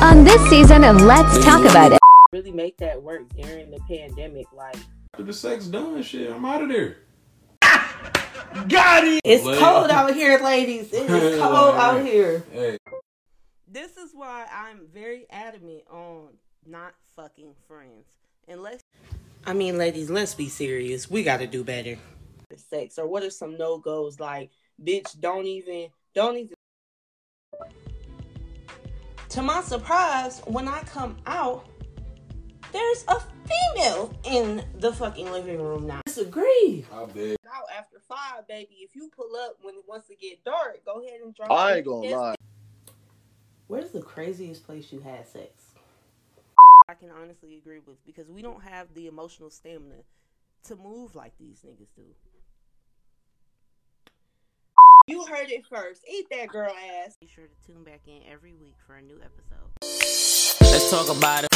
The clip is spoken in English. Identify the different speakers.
Speaker 1: on this season of Let's Talk About It.
Speaker 2: really make that work during the pandemic. Like
Speaker 3: After the sex done, shit, I'm out of there.
Speaker 2: it's
Speaker 3: Well-
Speaker 2: cold out here, ladies. It is cold out here.
Speaker 3: Hey,
Speaker 2: This is why I'm very adamant on not fucking friends. Unless I mean, ladies, let's be serious. We got to do better. Sex or what are some no goes? Like, bitch, don't even, don't even. To my surprise, when I come out, there's a female in the fucking living room now. Disagree
Speaker 3: I bet.
Speaker 2: out after five, baby. If you pull up when once it get dark, go ahead and drop.
Speaker 4: I ain't gonna lie.
Speaker 2: Where's the craziest place you had sex? I can honestly agree with because we don't have the emotional stamina to move like these niggas do. You heard it first. Eat that girl ass. Be sure to tune back in every week for a new episode.
Speaker 5: Let's talk about it.